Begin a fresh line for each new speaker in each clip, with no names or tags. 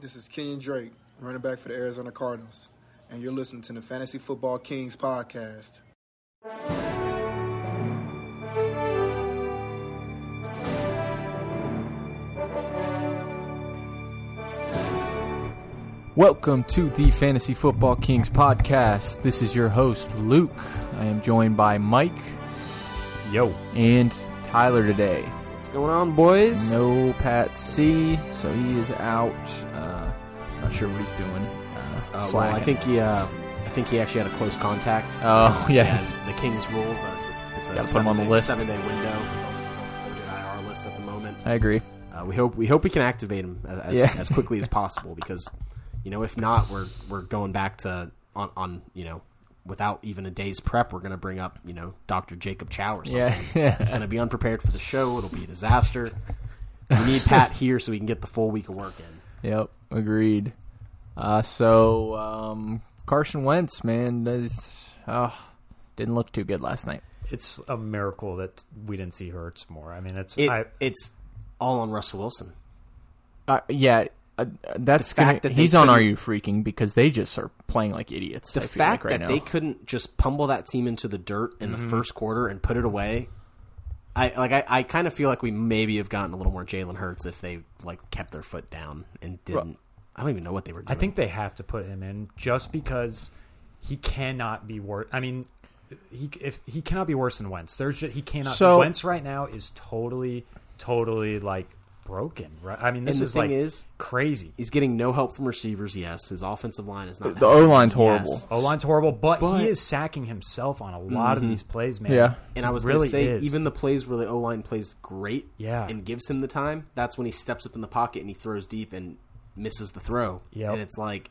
This is Kenyon Drake, running back for the Arizona Cardinals, and you're listening to the Fantasy Football Kings podcast.
Welcome to the Fantasy Football Kings podcast. This is your host, Luke. I am joined by Mike
Yo.
and Tyler today.
What's going on, boys?
No Pat C, so he is out. Uh, not sure what he's doing. Uh,
Uh, well, I
slacking.
think he, uh, I think he actually had a close contact.
Oh, yes.
And the King's rules. Uh, it's a, it's
Gotta
a
put him
seven
on the
day,
list.
Seven day window. He's on- he's on the IR list at the moment.
I agree.
Uh, we hope we hope we can activate him as,
Yeah.
as quickly as possible because, you know, if not, we're we're going back to on, on you know without even a day's prep, we're going to bring up you know Dr. Jacob Chow or something.
Yeah, yeah.
It's going to be unprepared for the show. It'll be a disaster. We need Pat here so we can get the full week of work in.
Yep, agreed. Uh, so um, Carson Wentz, man, is, oh, didn't look too good last night.
It's a miracle that we didn't see Hurts more. I mean, it's
It,
I,
it's all on Russell Wilson.
Uh, yeah, uh, uh, that's
The fact
gonna,
that they
he's on. Are
couldn't-
you freaking? Because they just are playing like idiots.
The
I feel
fact
like right
that
now.
they couldn't just pummel that team into the dirt in
Mm-hmm.
the first quarter and put it away. I like I, I kind of feel like we maybe have gotten a little more Jalen Hurts if they like kept their foot down and didn't. I don't even know what they were
I
doing.
think they have to put him in just because he cannot be worse. I mean, he if he cannot be worse than Wentz. There's just, he cannot.
So-
Wentz right now is totally, totally like broken. Right? I mean, this
the
is
thing
like
is-
crazy.
he's getting no help from receivers. Yes, his offensive line is not.
The
helping.
O-line's horrible.
Yes.
O line's horrible, but,
But- Mm-hmm.
he is sacking himself on a lot of these plays, man.
Yeah.
And I
He
was
really
going to say,
is.
even the plays where the O line plays great,
Yeah.
and gives him the time, that's when he steps up in the pocket and he throws deep and misses the throw.
Yep.
and it's like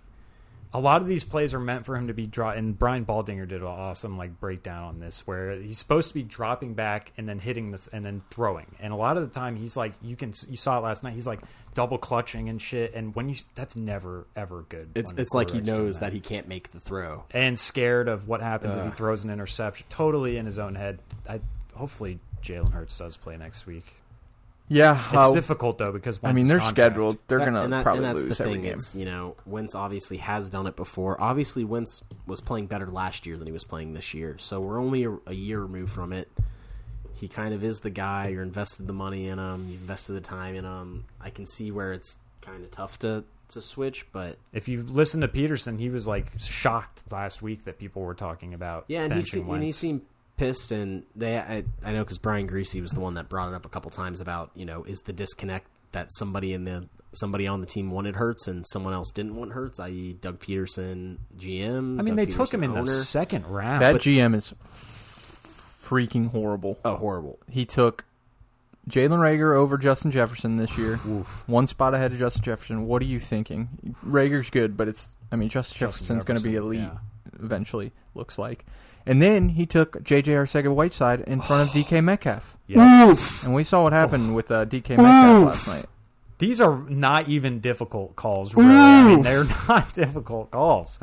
a lot of these plays are meant for him to be draw and Brian Baldinger did an awesome like breakdown on this where he's supposed to be dropping back and then hitting this and then throwing and a lot of the time he's like you can you saw it last night he's like double clutching and shit and when you that's never ever good
it's
when
it's like he
quarterbacks do
knows that he can't make the throw.
and scared of what happens if he throws an interception totally in his own head I hopefully Jalen Hurts does play next week
yeah,
it's
uh,
difficult though because
I
once
mean,
his
they're
contract-
scheduled. They're
That-
gonna
and that-
probably
and that's
lose
the
every
thing,
game.
It's, you know, Wentz obviously has done it before. Obviously, Wentz was playing better last year than he was playing this year. So we're only a, a year removed from it. He kind of is the guy. You're invested the money in him. You invested the time in him. I can see where it's kind of tough to to switch, but
if you listen to Peterson he was like shocked last week that people were talking about
yeah, and he,
benching
se- and he
Wentz.
seemed pissed. And they, I, I know, because Brian Greasy was the one that brought it up a couple times about you know is the disconnect that somebody in the somebody on the team wanted Hurts and someone else didn't want Hurts, i.e., Doug Peterson, GM.
I mean,
Doug
they took
Peterson,
him in the
owner.
second round.
that GM is freaking horrible.
Oh, horrible!
He took Jalen Rager over Justin Jefferson this year. One spot ahead of Justin Jefferson. What are you thinking? Rager's good, but it's I mean Justin, Jefferson's going to be elite
Jefferson,
eventually. Looks like. And then he took J.J. Arcega-Whiteside in front of DK Metcalf,
Yeah.
and we saw what happened with uh, DK Metcalf last night.
These are not even difficult calls. Really. I mean, they're not difficult calls.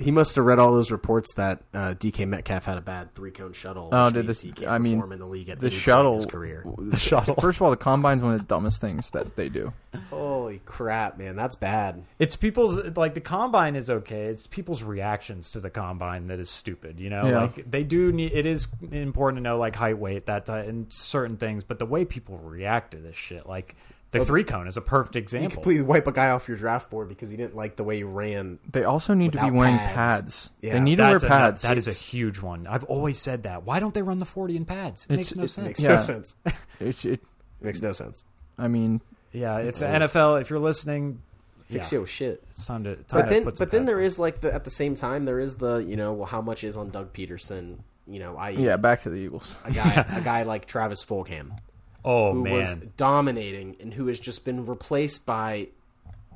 He must have read all those reports that uh, DK Metcalf had a bad three cone shuttle.
Oh,
which
dude,
means
this-
he can't
I mean,
perform in the league at
the
any point in
shuttle
his career.
the shuttle first of all the combine's one of the dumbest things that they do
Holy crap, man, that's bad.
It's people's like the combine is okay. It's people's reactions to the combine that is stupid. You know,
Yeah.
like they do need. It is important to know like height, weight, that type, and certain things. But the way people react to this shit, like the three cone, is a perfect
You
example.
completely wipe a guy off your draft board because he didn't like the way he ran
they also need to be
Without
wearing
pads.
pads,
Yeah,
they need to wear
That's a,
pads
that is a huge one. I've always said that. Why don't they run the forty in pads? It
It's-
makes no
it
sense.
Makes
Yeah.
no sense.
It's- it-
Makes no sense.
i mean
Yeah, if the NFL, if you're listening,
Fix
yeah,
your shit.
it's time to. Time
But
to
then,
put some
but then
pads
there
on.
is like the at the same time there is the you know well how much is on Doug Peterson you know I e,
yeah back to the eagles
a guy a guy like Travis Fulgham
Oh
who
man,
was dominating and who has just been replaced by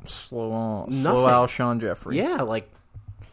slow on
Nothing.
slow al sean jeffrey
yeah like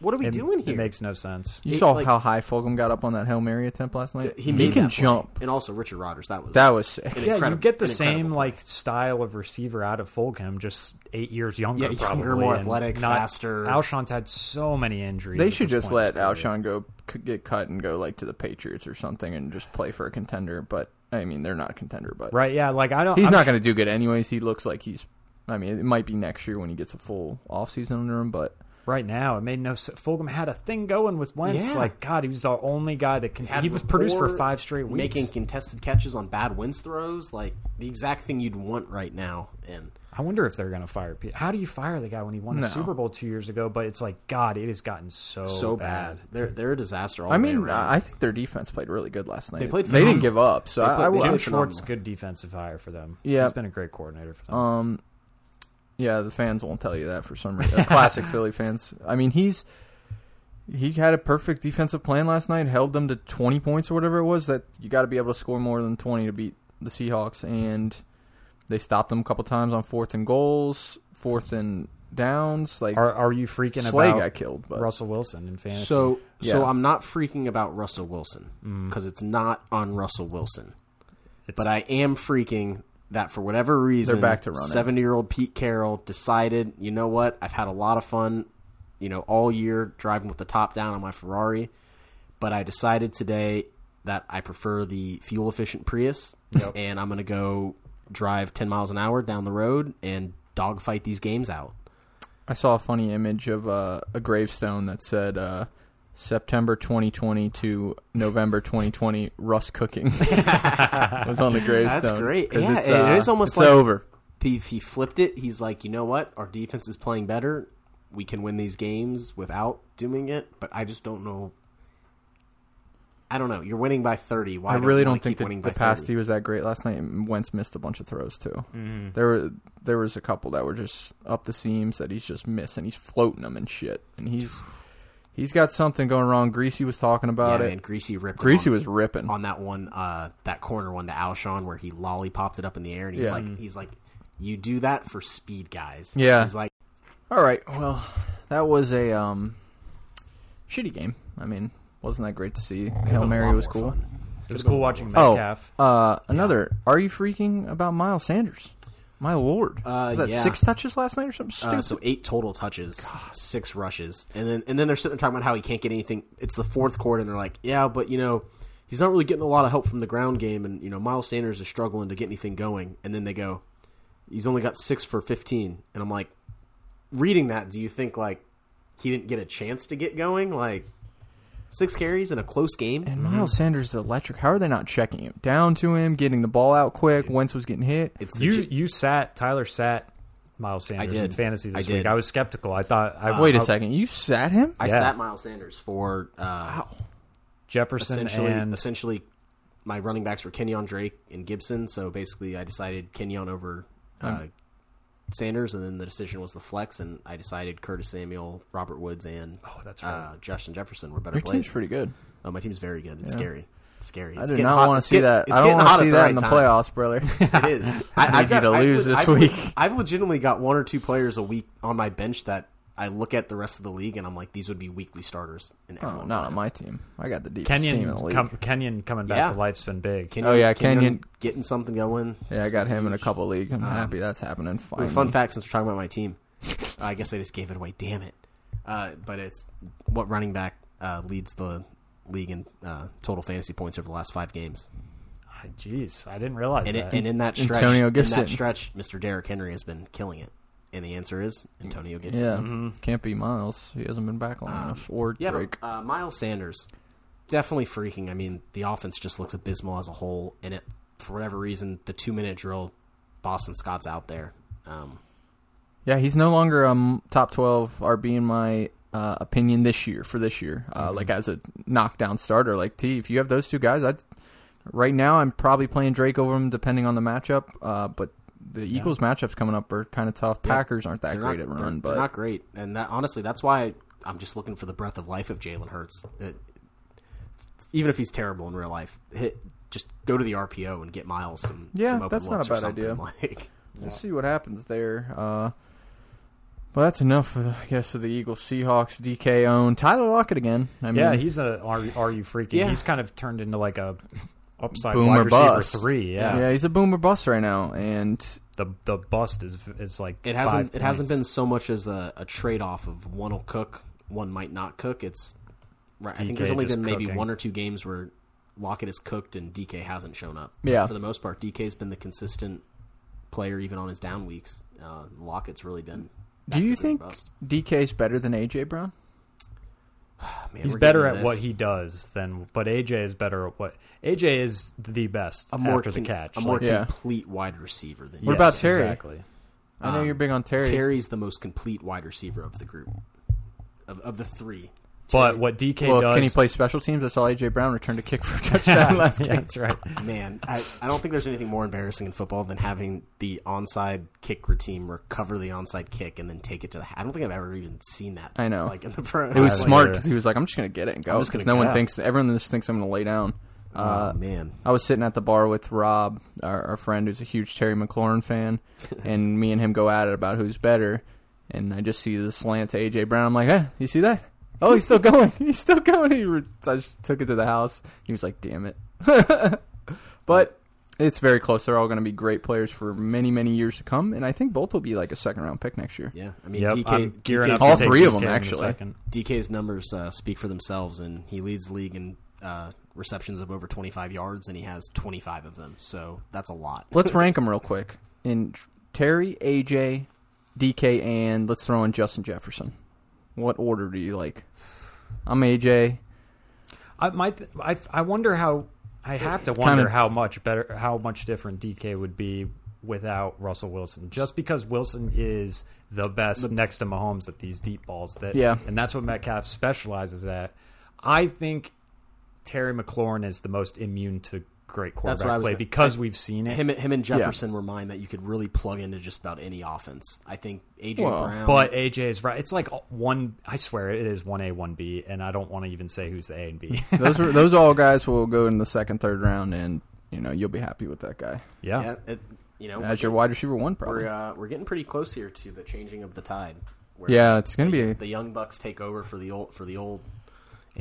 what are we
it,
doing
it
here?
makes no sense.
you
It,
saw
like-
how high fulgham got up on that hail mary attempt last night
made
can
that play.
jump
and also Richard Rodgers that was
that was sick
Yeah, you
incredible-
get the
an incredible
same
play.
like style of receiver out of Fulgham, just eight years younger,
Yeah, younger,
probably,
more
and
athletic,
not,
faster.
Alshon's had so many injuries.
they
at
should
this
just
point in
let
his career.
alshon go c- get cut and go like to the patriots or something and just play for a contender but i mean they're not a contender but
Right? Yeah, like I don't.
he's
I'm
not going to do good anyways he looks like he's I mean, it might be next year when he gets a full offseason under him, but
Right now, it made no sense. Fulgham had a thing going with Wentz.
Yeah.
Like, God, he was the only guy that can.
Had
He was produced for
rapport,
five straight weeks.
making contested catches on bad wins throws, like the exact thing you'd want right now. And
I wonder if they're going to fire Pete. How do you fire the guy when he won
No.
a Super Bowl two years ago? But it's like, God, it has gotten so,
so bad, they're they're a disaster. All
I
the way
mean,
around.
I think their defense played really good last night. They
played
didn't
phenomenal.
give up. So
They
I,
played-
I
they
will-
Jim
Really
Schwartz,
phenomenal.
good defensive hire for them.
Yeah.
he's been a great coordinator for them.
yeah, the fans won't tell you that for some reason. Classic Philly fans. I mean, he's he had a perfect defensive plan last night. Held them to twenty points or whatever it was. That you got to be able to score more than twenty to beat the Seahawks, and they stopped them a couple times on fourth and goals, fourth and downs. Like
are are you freaking
Slay
about
got killed, but
Russell Wilson in fantasy?
so so
Yeah. Mm.
I'm not freaking about Russell Wilson because it's not on Russell Wilson,
It's-
but I am freaking that for whatever reason
back to running.
Seventy year old Pete Carroll decided, you know what? I've had a lot of fun, you know, all year driving with the top down on my Ferrari, but I decided today that I prefer the fuel efficient Prius, and I'm going to go drive ten miles an hour down the road and dogfight these games out.
I saw a funny image of uh, a gravestone that said uh, September 2020 to November 2020 Russ cooking was on the gravestone.
great.
'Cause
Yeah,
it's,
it- it
uh,
is almost
it's
like-
over.
if he flipped it, he's like, you know what? Our defense is playing better. We can win these games without doing it. But I just don't know. I don't know. You're winning by 30. Why
I really
you wanna
don't think
keep
the,
winning
the
by
pass
30?
D was that great last night. and Wentz missed a bunch of throws too. There were there was a couple that were just up the seams that he's just missing. He's floating them and shit, and he's he's got something going wrong. Greasy was talking about
yeah,
it.
man, Greasy ripped.
Greasy
on,
was ripping.
on that one, uh, that corner one to Alshon where he lollipopped it up in the air, and he's
Yeah.
like, he's like, you do that for speed, guys.
Yeah.
he's like,
All right. Well, that was a um, shitty game. I mean, wasn't that great to see? Hail
"A lot
Mary was
more
cool.
fun."
it was cool watching
Oh,
Metcalf.
uh, another. Are you freaking about Miles Sanders? My lord,
Uh,
was that
yeah.
six touches last night or something stupid?
Uh, so eight total touches, six rushes, and then and then they're sitting there talking about how he can't get anything. It's the fourth quarter, and they're like, "Yeah, but you know, he's not really getting a lot of help from the ground game, and you know, Miles Sanders is struggling to get anything going." And then they go, "He's only got six for 15. and I'm like, reading that, do you think like he didn't get a chance to get going? Like six carries in a close game?
and Miles Sanders is electric. How are they not checking him down to him, getting the ball out quick? Wentz was getting hit.
It's the
you
J-
you sat Tyler sat Miles Sanders in
did.
fantasy this
I
week.
did.
I was skeptical. I thought I
Wait
I-
a second, you sat him?
Uh, I
yeah.
sat Miles Sanders for uh,
Jefferson
essentially
and
essentially my running backs were Kenyon Drake and Gibson. So basically, I decided Kenyon over
Hmm.
uh, Sanders, and then the decision was the flex, and I decided Curtis Samuel, Robert Woods, and
Oh, that's right.
uh, Justin Jefferson were better
Your
plays.
team's pretty good.
oh, my team's very good. It's scary. It's scary.
I do not want to see that. I don't want to see that in the playoffs, brother.
playoffs. It is. I,
need you to lose this
I've,
week.
I've legitimately got one or two players a week on my bench that I look at the rest of the league and I'm like, these would be weekly starters in
oh,
everyone's
not
lineup.
on my team. I got the deepest team in the
Kenyon.
league.
Com- Kenyon coming back
Yeah.
to life's been big.
Kenyon,
Oh, yeah,
Kenyon
Kenyon-
getting something going.
Yeah, I got him in a couple league. I'm happy that's happening. Finally.
Ah. Fun fact, since we're talking about my team, I guess I just gave it away. Damn it! Uh, but it's what running back uh, leads the league in uh, total fantasy points over the last five games,
Ah, Jeez, I didn't realize
and, it,
that.
and in that stretch,
Antonio
in
Gibson.
that stretch, Mister Derrick Henry has been killing it, and the answer is Antonio
Yeah,
Gibson.
can't be Miles. He hasn't been back long enough. Or
Mm-hmm. Ah. Yeah,
Drake.
but, uh, Miles Sanders, definitely freaking. I mean, the offense just looks abysmal as a whole, and it for whatever reason, the two minute drill, Boston Scott's out there. Um,
Yeah, he's no longer um top twelve RB in my uh, opinion this year for this year. Uh,
Mm-hmm.
Like as a knockdown starter, like T. If you have those two guys, I right now I'm probably playing Drake over him depending on the matchup. Uh, but the Eagles matchups coming up are kind of tough. Packers aren't that
They're
great
not-
at
they're-
run,
they're
but
not great. And that, honestly, that's why I'm just looking for the breath of life of Jalen Hurts. It- even if he's terrible in real life, hit, just go to the RPO and get Miles some.
Yeah,
some open
that's not
looks
a
or
bad
something,
idea.
Like,
We'll see what happens there. Uh, well, that's enough, uh, I guess, of the Eagles, Seahawks, DK own Tyler Lockett again. I mean,
yeah, he's a are, you- are you freaking?
Yeah.
He's kind of turned into like a upside
Boom
wide
or
receiver
bust.
three. Yeah.
yeah, he's a boomer bust right now, and
the the bust is is like
it
five
hasn't. It hasn't been
points.
so much as a, a trade off of one will cook, one might not cook. It's right. I think
DK
there's only
just
been maybe
cooking.
one or two games where Lockett is cooked and DK hasn't shown up.
Yeah.
for the most part, DK's been the consistent player even on his down weeks. Uh, Lockett's really been.
Do you think
bust.
DK's better than AJ Brown?
Man,
He's
we're
better
getting
at
into
what
this.
he does than, but AJ is better at what AJ is the best
a more
after the
con-
catch.
a more
Like,
Yeah.
complete wide receiver than
What
he
about
is.
Terry?
Exactly.
I know
Um,
you're big on Terry.
Terry's the most complete wide receiver of the group of, of the three.
But what DK
well,
does,
can he play special teams? I saw AJ Brown return a kick for a touchdown last
Yeah,
game.
that's right.
Man, I, I don't think there's anything more embarrassing in football than having the onside kick team recover the onside kick and then take it to the. ha- I don't think I've ever even seen that.
I know.
Like in the pro.
It was
like
smart
it.
because he was like, "I'm just gonna get it and go."
just gonna
Because no
get
one
out.
thinks everyone just thinks I'm gonna lay down. Uh,
oh man,
I was sitting at the bar with Rob, our, our friend who's a huge Terry McLaurin fan, and me and him go at it about who's better. And I just see the slant to AJ Brown. I'm like, "Hey, you see that? Oh, he's still going. He's still going." He re- I just took it to the house. He was like, "Damn it!" but it's very close. They're all going to be great players for many, many years to come, and I think both will be like a second round pick next year.
yeah. I mean,
Yep, I'm
DK,
gearing up
DK's,
to
All
take
three of
DK
them,
in a
actually.
second.
DK's numbers uh, speak for themselves, and he leads the league in uh, receptions of over 25 yards, and he has 25 of them. So that's a lot.
Let's rank them real quick. In Terry, AJ, DK, and let's throw in Justin Jefferson. What order do you like? I'm AJ.
I my th- I, I wonder how I have to wonder how much better how much different DK would be without Russell Wilson. Just because Wilson is the best next to Mahomes at these deep balls that
Yeah.
and that's what Metcalf specializes at. I think Terry McLaurin is the most immune to great
what
quarterback
I was
play
gonna-
because we've seen it.
Him, him and Jefferson were mine that you could really plug into just about any offense. I think AJ
Well,
Brown.
but AJ is right. It's like one. I swear it is one A, one B, and I don't want to even say who's the A and B.
Those are those all guys will go in the second, third round, and you know you'll be happy with that guy
yeah.
yeah, it, you know,
as your wide receiver one.
we're
Probably.
uh, we're getting pretty close here to the changing of the tide. Where
Yeah, it's gonna
the,
be.
the young bucks take over for the old for the old.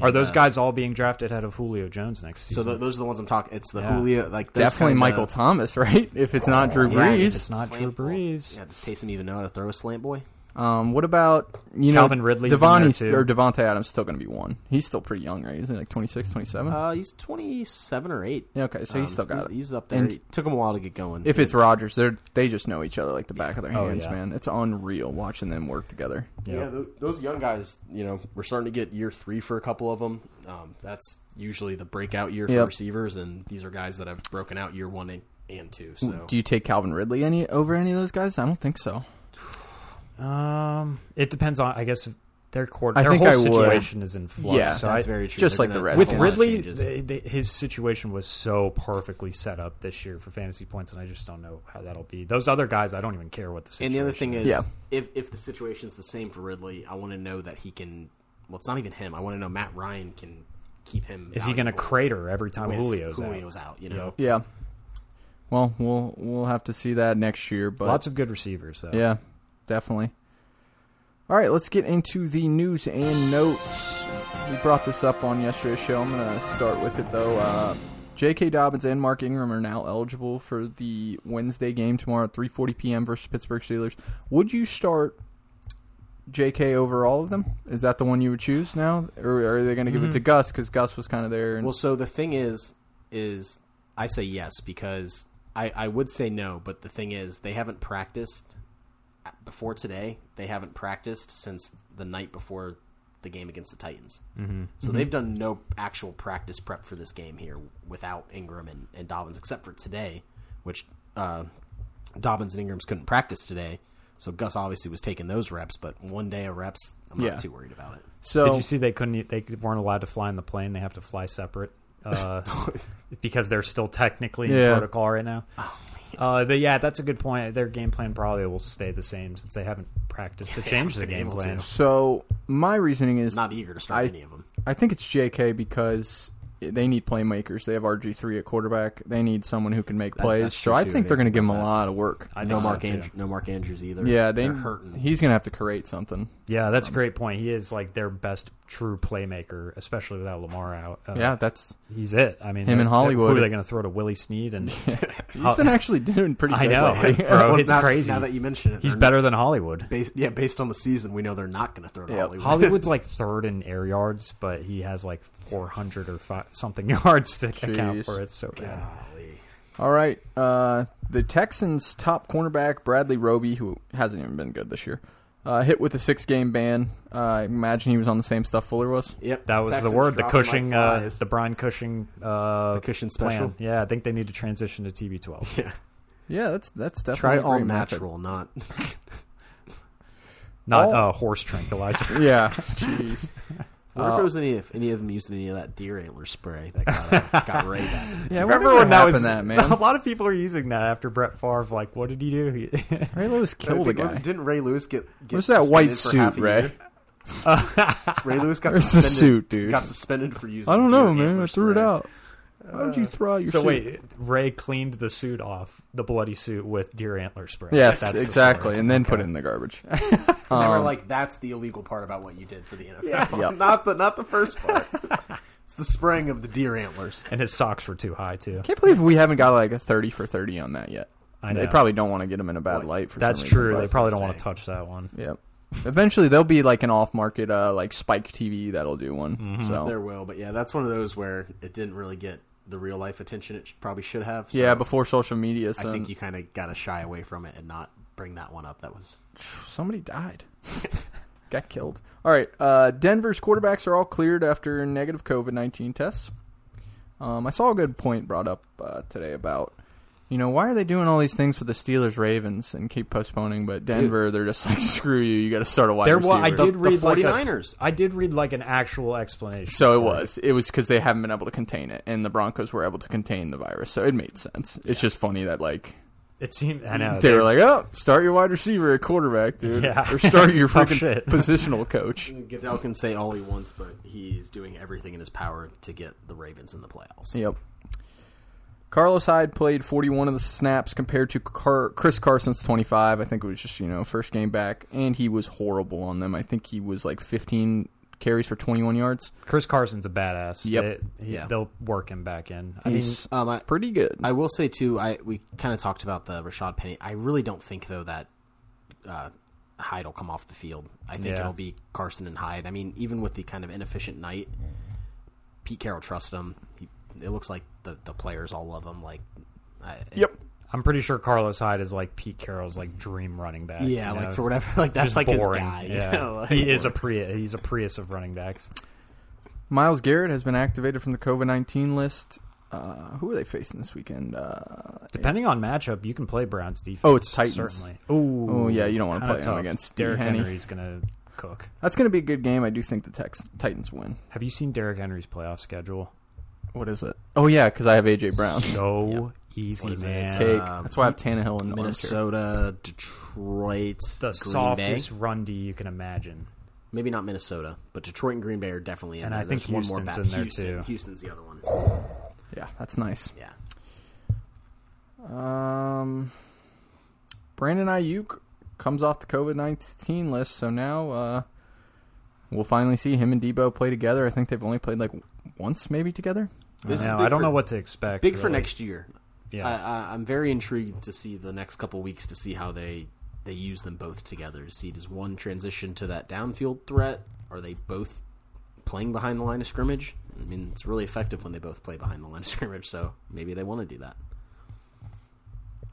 Are those
uh,
guys all being drafted ahead of Julio Jones next
So
season?
th those are the ones I'm talking. It's the
Yeah.
Julio, like those
Definitely
kinda-
Michael Thomas, right? If it's not Drew
Yeah, if
Brees,
it's not Drew
Slant ball.
Brees.
Yeah, does Taysom even know how to throw a slant boy?
Um, what about you
Calvin
know
Ridley's in
Devon
there,
is-
too.
or Devontae Adams? is Still going to be one. He's still pretty young, right? Isn't he like 26, 27?
Uh, he's 27 or 8.
Yeah, okay,
um,
so he's still got
he's,
it.
He's up there.
And-
It took him a while to get going.
If it's Rodgers, they are they just know each other like the back of their
Oh,
hands,
yeah.
man. It's unreal watching them work together.
yeah, those, those young guys, you know, we're starting to get year three for a couple of them. Um, that's usually the breakout year for
Yep.
receivers, and these are guys that have broken out year one and, and two. So
Do you take Calvin Ridley any over any of those guys? I don't think so.
Um, it depends on. I guess their quarter.
I
Their
think
whole
I would.
situation is in flux.
Yeah,
so I,
that's very true.
just
They're
like
gonna-
the Reds
with
a lot of
Ridley,
changes.
they, they, his situation was so perfectly set up this year for fantasy points, and I just don't know how that'll be. Those other guys, I don't even care what the
And
situation.
the other thing is,
Yeah.
if if the situation's the same for Ridley, I want to know that he can. Well, it's not even him. I want to know Matt Ryan can keep him.
is he going to
valuable
crater every time
with
Julio's,
Julio's
out?
out? You know,
Yeah. Well, we'll we'll have to see that next year, but
Lots of good receivers, though.
yeah, definitely. All right, let's get into the news and notes. We brought this up on yesterday's show. I'm going to start with it though. Uh, J.K. Dobbins and Mark Ingram are now eligible for the Wednesday game tomorrow at 3:40 p.m. versus Pittsburgh Steelers. Would you start J.K. over all of them? Is that the one you would choose now, or are they going to give
Mm-hmm.
it to Gus because Gus was kind of there? And,
Well, so the thing is, is I say yes because I, I would say no, but the thing is, they haven't practiced before today. They haven't practiced since the night before the game against the Titans. Mm-hmm. So they've done no actual practice prep for this game here without Ingram and, and Dobbins, except for today, which uh, Dobbins and Ingrams couldn't practice today. So Gus obviously was taking those reps, but one day of reps, I'm not
Yeah.
too worried about it.
so
Did you see they couldn't? e- They weren't allowed to fly in the plane. They have to fly separate uh, because they're still technically in
Yeah. Oh,
protocol right now. Uh, but yeah, that's a good point. Their game plan probably will stay the same since they haven't practiced to change the
been
game
able
plan.
to.
So my reasoning is
Not eager to start
I-
any of them.
I think it's J.K. because they need playmakers. They have RG three at quarterback. They need someone who can make plays.
that's
So
true,
I
too.
think they're
They
going to give him
that.
a lot of work.
I
No
think so,
Mark,
too.
Andrew, no Mark Andrews either.
yeah, they
they're hurting.
He's going to have to create something.
Yeah, that's a great point. He is like their best true playmaker, especially without Lamar out. Uh,
yeah, that's
he's it. I mean,
Him in
they're-
Hollywood.
Who are they going to throw to Willie Sneed? And
he's been actually doing pretty.
I
good
know,
lately.
bro. it's
now,
crazy.
Now that you mention it,
he's
they're
better than Hollywood.
Based, yeah, based on the season, we know they're not going to throw to
Yeah.
Hollywood.
Hollywood's like third in air yards, but he has like 400 or five, something yards to account
Jeez.
for. It's so bad.
Golly.
All right. Uh, the Texans' top cornerback, Bradley Roby, who hasn't even been good this year, uh, hit with a six game ban. Uh, I imagine he was on the same stuff Fuller was.
Yep,
That was
Texans
the word. The
dropping like
Cushing, uh,
flies.
the Brian Cushing, uh,
The Cushing
plan.
special.
Yeah, I think they need to transition to TB12.
Yeah,
Yeah, that's that's definitely
try
a
all
great method.
natural, not
Not
All-
uh, horse tranquilizer.
Yeah, jeez.
I wonder if
Uh,
it was any of any of them used any of that deer antler spray that got, uh, got Ray back.
Yeah, I wonder
Remember
what
when that
happened
was
that man?
A lot of people are using that after Brett Favre. Like, what did he do? He-
Ray Lewis killed a guy.
Didn't Ray Lewis get? get
Where's that white
suspended for half
suit,
a
Ray?
year? Ray Lewis got
Where's the
suspended.
suit, dude?
Got suspended for using.
I don't know,
deer
man.
antler
I threw it
spray.
out. How would you throw out your
Uh, so
suit?
wait, Ray cleaned the suit off, the bloody suit with deer antler spray.
Yes,
That's the
exactly.
story.
And then put it in the garbage.
And
Um,
they were like, "That's the illegal part about what you did for the NFL.
Yeah.
not the not the first part. it's the spraying of the deer antlers.
and his socks were too high too.
Can't believe we haven't got like a thirty for thirty on that yet.
I
They
know.
probably don't want to get him in a bad light. For
That's
some reason,
true.
but-
They probably
gonna
don't want
say.
to touch that one.
Yep. Eventually, there'll be like an off-market, uh, like Spike TV that'll do one.
Mm-hmm.
So
There will, but yeah, that's one of those where it didn't really get the real life attention it sh- probably should have. So
yeah, before social media,
I
so
think you kind of got to shy away from it and not bring that one up. That was
somebody died, got killed. All right, uh, Denver's quarterbacks are all cleared after negative COVID nineteen tests. Um, I saw a good point brought up uh, today about. You know why are they doing all these things for the Steelers, Ravens, and keep postponing? But Denver, they're just like, screw you. You got to start a wide
There was,
receiver.
I did
The- the
read like a,
49ers.
I did read like an actual explanation.
So it
for
was. It was because they haven't been able to contain it, and the Broncos were able to contain the virus, so it made sense. It's just funny that like
It seemed. I know
they
they-
were like, "Oh, start your wide receiver at quarterback, dude,
Yeah.
or start your
Tough
freaking
shit.
positional coach."
Goodell can say all he wants, but he's doing everything in his power to get the Ravens in the playoffs.
Yep. Carlos Hyde played 41 of the snaps compared to Car- Chris Carson's 25. I think it was just you know first game back, and he was horrible on them. I think he was like 15 carries for 21 yards.
Chris Carson's a badass.
Yep.
They, he-
Yeah.
They'll work him back in. I mean,
He's uh,
Um, I,
pretty good.
I will say too, I we kind of talked about the Rashad Penny. I really don't think though that uh, Hyde will come off the field. I think
Yeah.
it'll be Carson and Hyde. I mean, even with the kind of inefficient night, Pete Carroll trusts him. He, it looks like the the players all love him. Like, I,
yep.
I'm pretty sure Carlos Hyde is like Pete Carroll's like dream running back.
yeah,
you
like
know?
for whatever, like that's
Just
like
boring.
his guy. you
Yeah.
know, like-
he is a Prius. He's a Prius of running backs.
Miles Garrett has been activated from the COVID 19 list. Uh, who are they facing this weekend? Uh,
Depending on matchup, you can play Browns defense.
Oh, it's Titans.
Certainly. Ooh,
Oh, yeah, you don't wanna
kinda
play him
tough.
against D.
Derrick
Henny.
Henry's gonna cook.
that's going to be a good game. I do think the Tex- Titans win.
Have you seen Derrick Henry's playoff schedule?
What is it? Oh, yeah, because I have A.J. Brown.
So easy,
What is it? It's
man.
Take.
Um,
That's why I have Tannehill in the armchair.
Minnesota, Detroit,
the
Green
softest
Bay.
run D you can imagine.
Maybe not Minnesota, but Detroit and Green Bay are definitely in
And
there.
I think
There's one more
Houston's
back.
in there,
Houston.
too.
Houston's the other one.
Yeah, that's nice.
Yeah.
Um, Brandon Ayuk comes off the COVID 19 list, so now uh, we'll finally see him and Debo play together. I think they've only played like once, maybe together.
This is
I, know,
big
I don't
for-
know what to expect.
Big for
really.
next year.
Yeah.
I, I, I'm very intrigued to see the next couple weeks to see how they they use them both together. To see does one transition to that downfield threat? Are they both playing behind the line of scrimmage? I mean, it's really effective when they both play behind the line of scrimmage. So maybe they want to do that.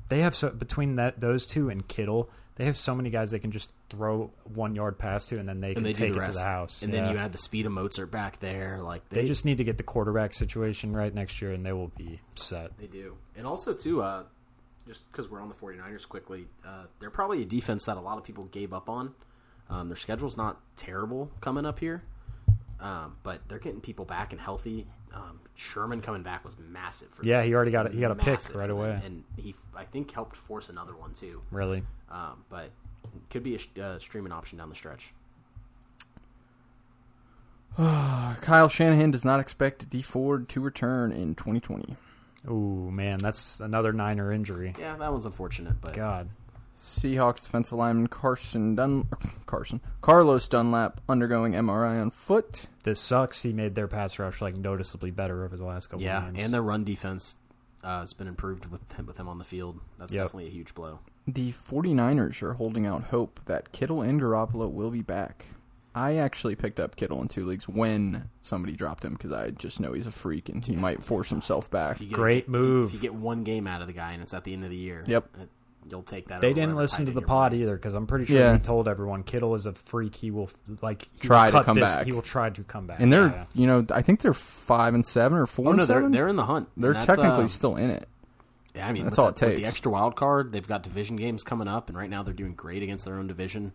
They have so between that those two and Kittle, they have so many guys they can just throw one yard pass to, and then they can
And they
take
do the
it
rest.
to the house.
and
Yeah.
then you add the speed of Mozart back there. Like
they just need to get the quarterback situation right next year, and they will be set.
They do. And also, too, uh, just because we're on the 49ers quickly, uh, they're probably a defense that a lot of people gave up on. Um, their schedule's not terrible coming up here, um, but they're getting people back and healthy. Um, Sherman coming back was massive for
Yeah,
them.
he already got it. He got a
Massive
pick right
for them.
away.
And he, I think, helped force another one, too.
really,
Um, but could be a sh- uh, streaming option down the stretch.
Uh, Kyle Shanahan does not expect D Ford to return in 2020.
ooh man, that's another Niner injury.
Yeah, that one's unfortunate, but
God,
Seahawks defensive lineman Carson Dun Carson Carlos Dunlap undergoing MRI on foot.
this sucks. He made their pass rush like noticeably better over the last couple
yeah,
games.
and their run defense uh, has been improved with him, with him on the field. That's
Yep.
definitely a huge blow.
The 49ers are holding out hope that Kittle and Garoppolo will be back. I actually picked up Kittle in two leagues when somebody dropped him because I just know he's a freak and he might force himself back.
If you get-
Great
if you-
move.
If you get one game out of the guy and it's at the end of the year,
Yep.
uh, you'll take that.
They
over
didn't
whatever
listen
tight
to
end
the
you're
pod
playing.
either because I'm pretty sure
Yeah.
he told everyone Kittle is a freak. He will like he
Try
will
to
cut
come
this-
back.
He will try to come back.
And they're,
Yeah.
you know, I think they're five and seven or four
Oh
and
no, they're
seven.
they're in the hunt.
They're
That's,
technically
uh,
still in it.
Yeah, I mean,
That's
with
all
the,
it
With the
takes.
extra wild card, they've got division games coming up, and right now they're doing great against their own division.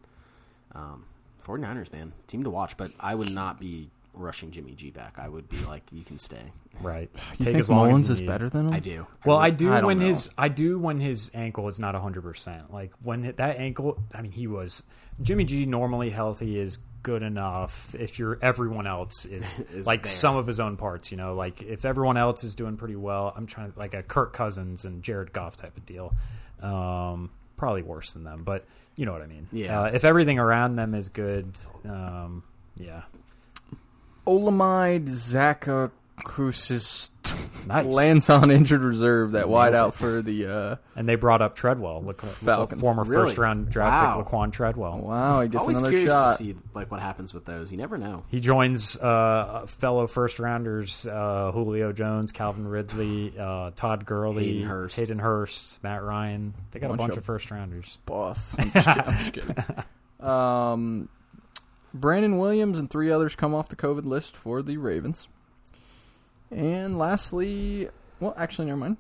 Um, 49ers, man, team to watch, but I would not be rushing Jimmy G back. I would be like, you can stay.
right.
You
Take
think
as long as
Mullins
you
is
need.
better than him?
I do.
Well, I
really-
do
I don't
when
know.
his I do when his ankle is not hundred percent. Like when it- that ankle, I mean, he was Jimmy G. Normally healthy is good enough if you're everyone else is,
Is
like
there.
some of his own parts. You know, like if everyone else is doing pretty well, I'm trying to like a Kirk Cousins and Jared Goff type of deal. Um, probably worse than them, but you know what I mean.
Yeah.
Uh, if everything around them is good, um, yeah.
Olamide Zakakusis
Nice.
lands on injured reserve. That wide out for the. Uh,
And they brought up Treadwell, look,
Falcons.
former
Really?
first round draft
Wow.
pick Laquan Treadwell.
wow, he gets
Always
another
curious
shot.
to see like what happens with those. You never know.
He joins uh, fellow first rounders uh, Julio Jones, Calvin Ridley, uh, Todd Gurley,
Hayden Hurst.
Hurst, Matt Ryan. They got
Bunch
a bunch
of-
of first rounders.
boss. I'm just kidding. I'm just kidding. Um, Brandon Williams and three others come off the COVID list for the Ravens. And lastly, well, actually, never mind.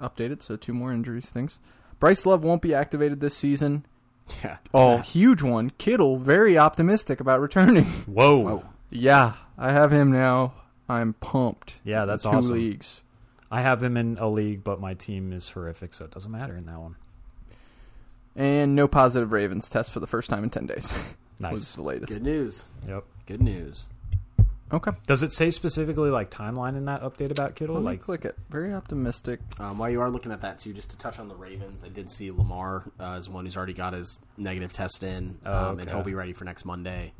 Updated, so two more injuries things. Bryce Love won't be activated this season.
Yeah.
Oh, huge one. Kittle, very optimistic about returning. Oh,
Whoa.
yeah, I have him now. I'm pumped.
Yeah, that's
Two
awesome.
leagues.
I have him in a league, but my team is horrific, so it doesn't matter in that one.
And no positive Ravens test for the first time in 10 days. Was
Nice.
the latest.
Good news.
Yep.
Good news.
Okay.
Does it say specifically like timeline in that update about Kittle?
Let me
Like,
click it. Very optimistic.
Um, while you are looking at that too, just to touch on the Ravens, I did see Lamar uh, is one who's already got his negative test in, um,
Oh,
and
okay.
he'll be ready for next Monday.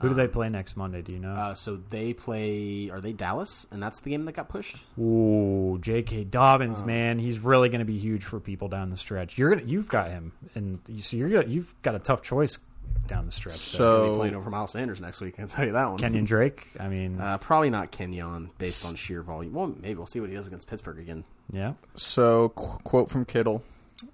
Um,
who do they play next Monday? Do you know?
Uh, so they play. Are they Dallas? And that's the game that got pushed.
Ooh, J.K. Dobbins, man, he's really going to be huge for people down the stretch. You're gonna, you've got him, and you, so you're gonna, you've got a tough choice down the stretch. there.
They're gonna be
So
playing over Miles Sanders next week. I can tell you that one.
Kenyon Drake. I mean,
Uh, probably not Kenyon, based on sheer volume. Well, maybe we'll see what he does against Pittsburgh again.
yeah,
so qu- quote from Kittle.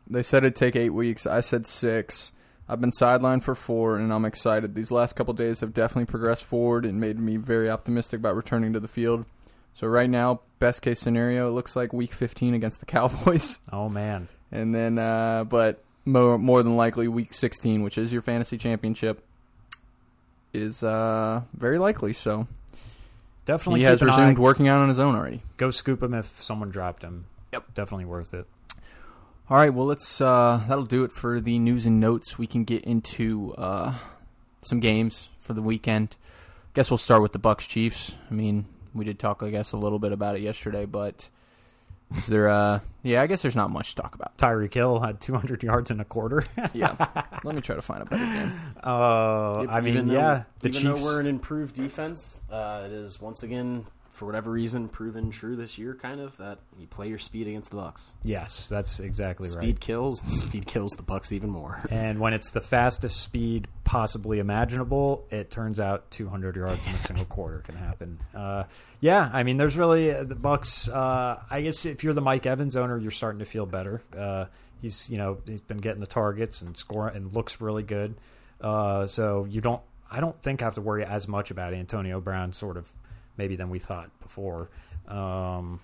They said it'd take 8 weeks. I said 6. I've been sidelined for 4 and I'm excited. These last couple days have definitely progressed forward and made me very optimistic about returning to the field. So right now, best case scenario, it looks like week 15 against the Cowboys
oh man,
and then uh but more, more than likely week 16, which is your fantasy championship is uh very likely. So
definitely.
he has
keep an eye.
resumed working out on his own already.
Go scoop him if someone dropped him.
Yep.
definitely worth it.
All right, well, let's. Uh, that'll do it for the news and notes. We can get into uh, some games for the weekend. Guess we'll start with the Bucks Chiefs. I mean, we did talk, I guess, a little bit about it yesterday, but is there? Uh, yeah, I guess there's not much to talk about.
Tyreek Hill had 200 yards in a quarter.
Yeah, let me try to find a better game.
Oh, I mean,
Even though-
yeah, the
even
Chiefs.
though we're an improved defense, uh, it is once again for whatever reason proven true this year, kind of that you play your speed against the Bucks.
yes, that's exactly
Speed
right.
kills, and speed kills the Bucks even more.
And when it's the fastest speed possibly imaginable, it turns out 200 yards in a single quarter can happen. Uh, yeah, I mean, there's really the Bucks. Uh, I guess if you're the Mike Evans owner, you're starting to feel better. Uh, he's you know he's been getting the targets and scoring and looks really good. Uh, so you don't. I don't think I have to worry as much about Antonio Brown, sort of maybe than we thought before. Um,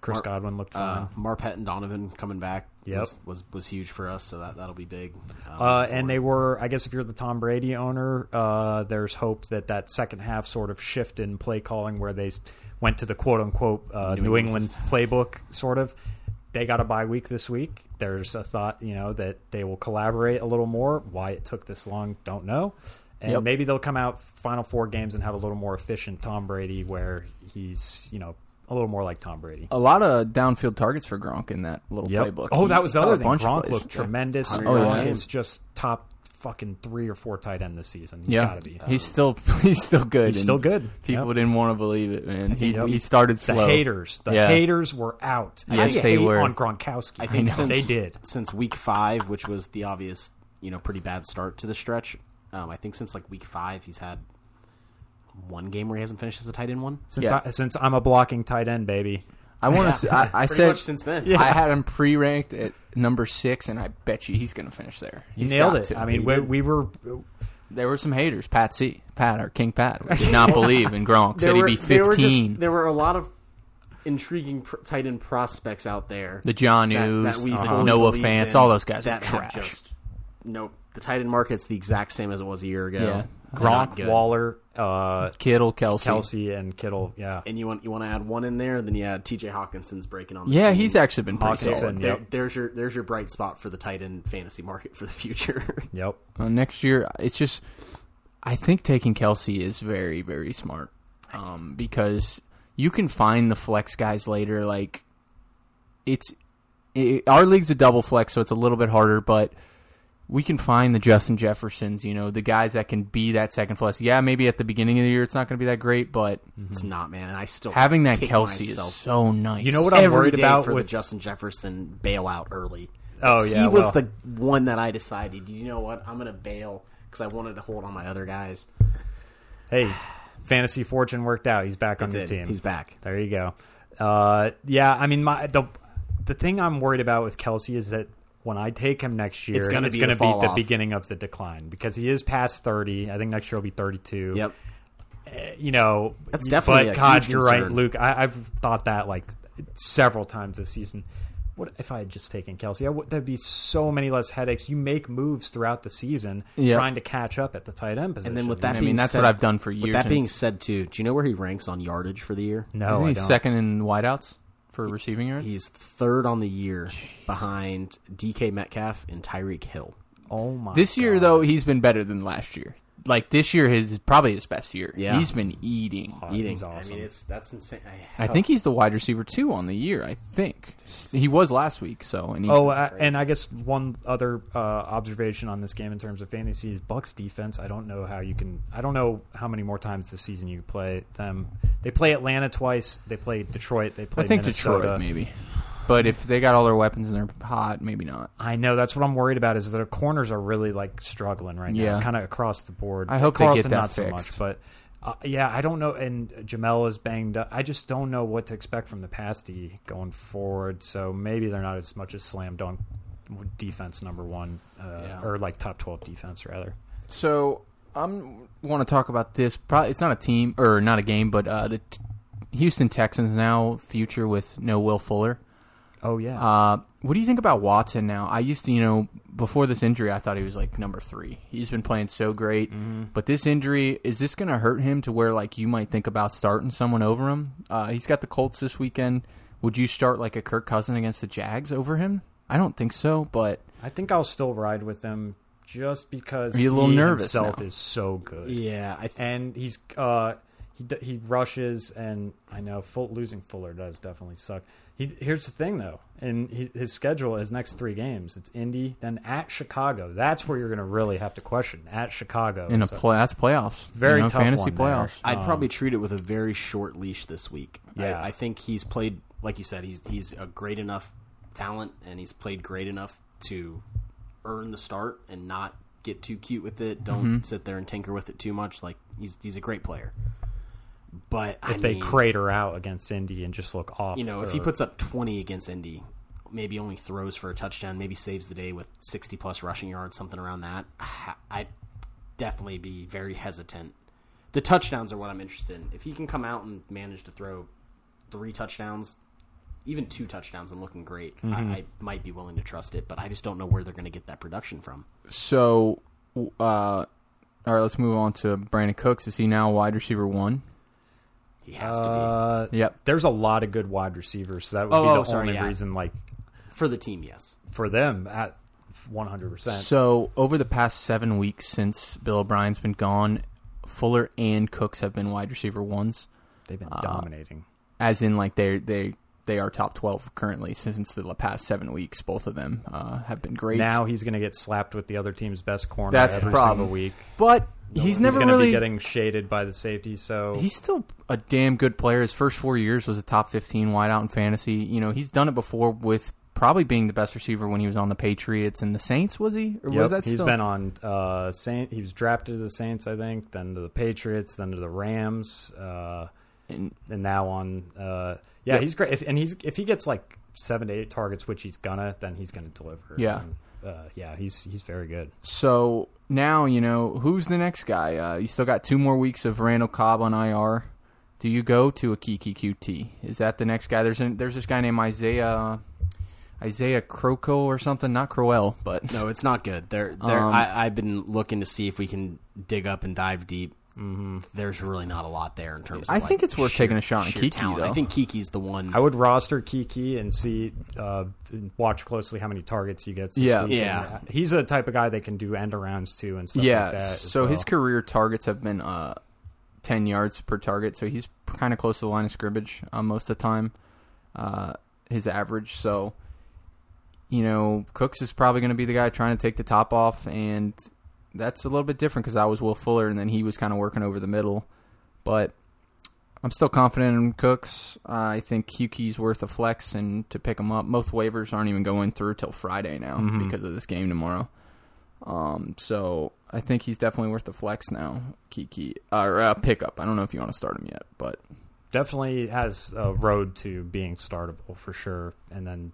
Chris
Mark-
Godwin looked fine.
Uh, Marpet and Donovan coming back
Yep.
was, was was huge for us, so that that'll be big. Um,
Uh, and they were, I guess, if you're the Tom Brady owner, uh, there's hope that that second half sort of shift in play calling where they s- went to the quote unquote uh,
New
New,
England
England, playbook, sort of. They got a bye week this week. There's a thought, you know, that they will collaborate a little more. Why it took this long, don't know. And
Yep.
maybe they'll come out final four games and have a little more efficient Tom Brady where he's, you know, a little more like Tom Brady.
A lot of downfield targets for Gronk in that little
Yep.
playbook.
Oh,
He
that was the
got
other
a
thing.
bunch of
Gronk
plays.
looked tremendous.
Oh,
yeah.
Gronk is just top fucking three or four tight end this season. He's
Yeah,
gotta be.
he's still he's still good.
He's still
and
good.
People
Yep.
didn't want to believe it, man. He,
Yep.
he started
The
slow.
haters, the
Yeah.
haters were out. I
Yes,
hate
they were.
on Gronkowski.
I think since
they did.
since week five, which was the obvious, you know, pretty bad start to the stretch. Um, I think since like week five, he's had one game where he hasn't finished as a tight end one.
Since
Yeah.
I, since I'm a blocking tight end, baby.
I want to. I, I
Pretty
said
much since then.
Yeah.
I had him pre-ranked at number six, and I bet you he's going to finish there.
You
He's
nailed
got
it.
to.
I mean, we, we were
there were some haters. Pat C, Pat, our King Pat, we did not believe in Gronk. Said he'd be
there were, just-
fifteen.
there were a lot of intriguing pr- tight end prospects out there.
the John News, uh, uh-huh. Noah Fants, all those guys are
that have
trash.
Just, nope. The tight end market's the exact same as it was a year ago.
Yeah.
It's not
Gronk,
good.
Waller, uh,
Kittle, Kelsey.
Kelsey, and Kittle. Yeah,
And you want you want to add one in there, then you add T.J. Hawkinson's breaking on. The
Yeah,
scene.
he's actually been pretty
Hawkinson.
solid.
There,
Yep.
There's your there's your bright spot for the tight end fantasy market for the future.
yep.
Uh, next year, it's just I think taking Kelsey is very very smart um, because you can find the flex guys later. Like it's it, our league's a double flex, so it's a little bit harder, but we can find the Justin Jeffersons, you know, the guys that can be that second flex. Yeah, maybe at the beginning of the year it's not going to be that great, but
it's not, man. And I still
Mm-hmm. having that
Mm-hmm. kick
Kelsey
myself
is so nice.
You know what I'm
every
worried
day
about
for
with-
the Justin Jefferson bailout early.
Oh, yeah,
he was
well.
the one that I decided. You know what? I'm gonna bail because I wanted to hold on my other guys.
Hey, fantasy fortune worked out. He's back on
Did.
your team.
He's back.
There you go. Uh, yeah, I mean, my the the thing I'm worried about with Kelsey is that when I take him next year,
It's gonna be
gonna
the fall
the
off.
beginning of the decline because he is past 30. I think next year will be 32.
Yep.
You know,
That's definitely
But
a
God,
huge
you're right,
concern.
Luke. I, I've thought that like several times this season. What if I had just taken Kelsey? I would, there'd be so many less headaches. You make moves throughout the season
Yeah.
trying to catch up at the tight end position.
And then with that,
I
being
mean, that's
said,
what I've done for years.
With that
and
being
it's-
said, too, do you know where he ranks on yardage for the year?
no,
isn't
I
he
don't.
second in wideouts for receiving yards?
He's third on the year behind DK Metcalf and Tyreek Hill.
Oh my!
This year,
God.
though, he's been better than last year. Like this year, his probably his best year.
Yeah.
he's been eating.
Oh,
Eating.
he's awesome.
I mean, it's that's insane.
I think he's the wide receiver two on the year. I think he was last week. So and he,
Oh, I, and I guess one other uh, observation on this game in terms of fantasy is Bucks defense. I don't know how you can. I don't know how many more times this season you can play them. They play Atlanta twice. They play Detroit. They play.
I think
uh, Minnesota.
Detroit maybe. But if they got all their weapons and they're hot, maybe not.
I know that's what I'm worried about. Is their corners are really like struggling right now,
Yeah.
kind of across the board.
I hope they
Carlton
get that
not
fixed.
so much, but uh, yeah, I don't know. And Jamel is banged up. I just don't know what to expect from the pasty going forward. So maybe they're not as much as slam dunk defense number one, uh,
Yeah.
or like top twelve defense rather.
So I'm want to talk about this. Probably it's not a team or not a game, but uh, the t- Houston Texans now future with no Will Fuller.
Oh yeah,
Uh, what do you think about Watson now? I used to, you know, before this injury, I thought he was like number three. He's been playing so great, but this injury is this going to hurt him to where like you might think about starting someone over him? Uh, he's got the Colts this weekend. Would you start like a Kirk Cousin against the Jags over him? I don't think so, but
I think I'll still ride with him just because
Are you a little
he
nervous
himself
now?
is so good.
Yeah, I th-
and he's uh he d- he rushes and I know full, losing Fuller does definitely suck. He here's the thing though, and he, his schedule his next three games it's Indy then at Chicago. That's where you're going to really have to question at Chicago
in a
So-
play that's playoffs, you
Very
know,
tough
fantasy
one there.
playoffs.
I'd probably treat it with a very short leash this week.
Um, Yeah.
I, I think he's played, like you said, he's he's a great enough talent, and he's played great enough to earn the start and not get too cute with it. Don't
Mm-hmm.
sit there and tinker with it too much. Like he's he's a great player, but I
if they
mean,
crater out against Indy and just look off.
you know, if he
or-
puts up 20 against Indy, maybe only throws for a touchdown, maybe saves the day with 60 plus rushing yards, something around that, I- I'd definitely be very hesitant. The touchdowns are what I'm interested in. If he can come out and manage to throw three touchdowns, even two touchdowns and looking great, I, I might be willing to trust it, but I just don't know where they're going to get that production from.
So, w- uh, all right, let's move on to Brandon Cooks. Is he now wide receiver one?
He has to
uh,
Yep.
there's a lot of good wide receivers, so that would
Oh,
be the
oh, sorry,
only
yeah.
reason like
be. For the team, yes.
for them at 100. percent
So over the past seven weeks since Bill O'Brien's been gone, Fuller and Cooks have been wide receiver ones,
They've
uh,
been dominating.
as in like they they they are top twelve currently since the past seven weeks. Both of them uh, have been great.
Now he's going to get slapped with the other team's best corner
That's the
every
problem.
single week.
but he's never
going to
really
be getting shaded by the safety. So
He's still a damn good player. His first four years was a top 15 wideout in fantasy. You know, he's done it before with probably being the best receiver when he was on the Patriots and the Saints. Was he? Or was
Yep,
that
he's
still?
been on uh, Saint. He was drafted to the Saints, I think, then to the Patriots, then to the Rams, uh,
And-
and, now on. Uh, yeah,
Yeah.
he's great. If, and he's if he gets like seven to eight targets, which he's gonna, then he's gonna deliver.
Yeah.
And, uh, yeah, he's he's very good.
so now you know who's the next guy. Uh, you still got two more weeks of Randall Cobb on IR. Do you go to a Kiki QT? Is that the next guy? There's an, there's this guy named Isaiah Isaiah Croco or something. Not Crowell, but
No, it's not good. There, there.
Um,
I, I've been looking to see if we can dig up and dive deep. Mm-hmm. There's really not a lot there in terms. of
I
like,
think it's worth
sheer-
taking a shot on
sheer
Kiki,
talent.
though.
I think Kiki's the one.
I would roster Kiki and see, uh, watch closely how many targets he gets. this
Yeah.
week.
Yeah.
And uh, He's a type of guy that can do end arounds too and stuff
yeah.
like that. as
so his
well.
career targets have been uh, ten yards per target, so he's kind of close to the line of scrimmage uh, most of the time. Uh, his average, so you know, Cooks is probably going to be the guy trying to take the top off, and that's a little bit different because I was Will Fuller, and then he was kind of working over the middle. But I'm still confident in Cooks. I think QK's worth a flex and to pick him up. Most waivers aren't even going through till Friday now because of this game tomorrow. Um, so I think he's definitely worth the flex now, Kiki or uh, pickup. I don't know if you want to start him yet, but
definitely has a road to being startable for sure. And then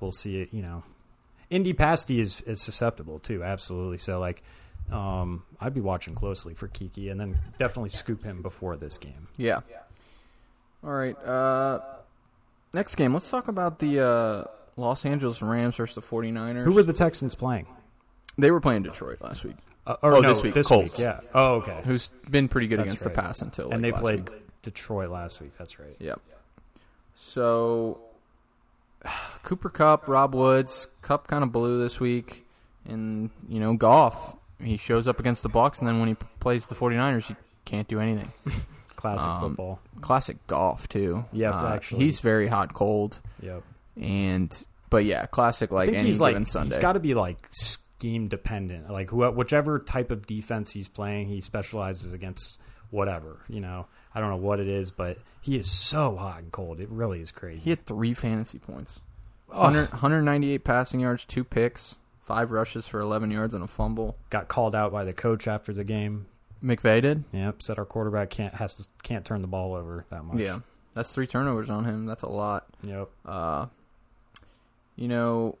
we'll see it, you know. Indy Pasty is, is susceptible too, absolutely. So like um, I'd be watching closely for Kiki and then definitely scoop him before this game.
Yeah. All right. Uh, next game. Let's talk about the uh, Los Angeles Rams versus the 49ers.
Who were the Texans playing?
they were playing Detroit last week,
Uh, or
Oh,
no,
this week,
This
Colts.
week, yeah. Oh, okay.
who's been pretty good
That's
against
right.
the pass until like,
and they
last
played
Week.
Detroit last week. That's right.
Yep. So Cooper Cup, Rob Woods, Cup kind of blew this week, and you know Goff. He shows up against the Bucks, and then when he p- plays the 49ers, he can't do anything.
Classic
Um,
football.
Classic Goff too.
Yep,
Uh,
actually.
he's very hot cold.
Yep.
and but yeah, classic
I
like
think
any
he's
given
like
Sunday.
he's got to be like scheme dependent. Like wh- whichever type of defense he's playing, he specializes against whatever. You know, I don't know what it is, but he is so hot and cold. It really is crazy.
he had three fantasy points,
Ugh.
100, 198 passing yards, two picks, five rushes for 11 yards and a fumble.
Got called out by the coach after the game.
McVay did.
Yep, said our quarterback can't has to can't turn the ball over that much.
Yeah, that's three turnovers on him. That's a lot.
Yep.
Uh, you know,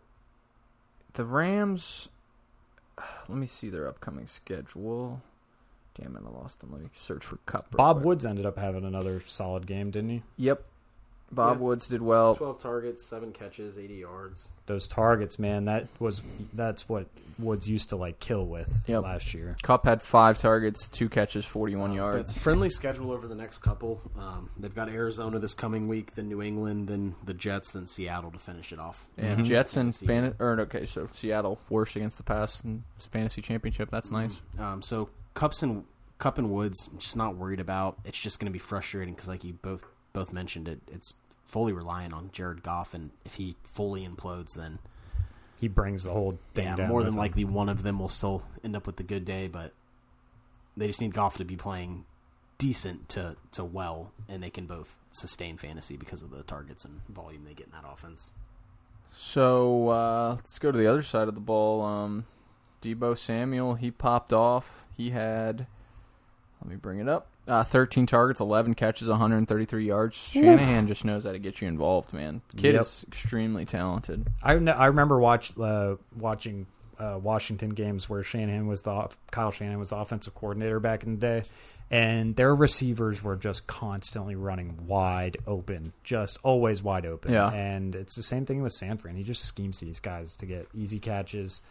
the Rams. Let me see their upcoming schedule. Damn it, I lost them. Let me search for Cup. real
Bob
quick.
Woods ended up having another solid game, didn't he?
Yep. Bob
Yeah.
Woods did well.
Twelve targets, seven catches, eighty yards.
Those targets, man, that was that's what Woods used to like kill with
Yep.
last year.
Cup had five targets, two catches, 41 yards.
friendly schedule over the next couple. Um, they've got Arizona this coming week, then New England, then the Jets, then Seattle to finish it off.
And
Mm-hmm.
Jets and
Fantasy.
fan- or okay, so Seattle worse against the pass and fantasy championship. That's nice.
Um, so cups and cup and woods, I'm just not worried about. It's just going to be frustrating because, like you both both mentioned, it it's fully reliant on Jared Goff, and if he fully implodes, then
He brings the whole thing
yeah,
down.
more
with
than
him.
likely one of them will still end up with a good day. But they just need Goff to be playing decent to to well, and they can both sustain fantasy because of the targets and volume they get in that offense.
So uh, let's go to the other side of the ball. Um, Debo Samuel he popped off. He had let me bring it up. Uh, 13 targets, 11 catches, 133 yards. Shanahan just knows how to get you involved, man. Kid
Yep.
is extremely talented.
I kn- I remember watch uh, watching uh, Washington games where Shanahan was the off- Kyle Shanahan was the offensive coordinator back in the day, and their receivers were just constantly running wide open, just always wide open.
Yeah.
and it's the same thing with Sanfran. He just schemes these guys to get easy catches.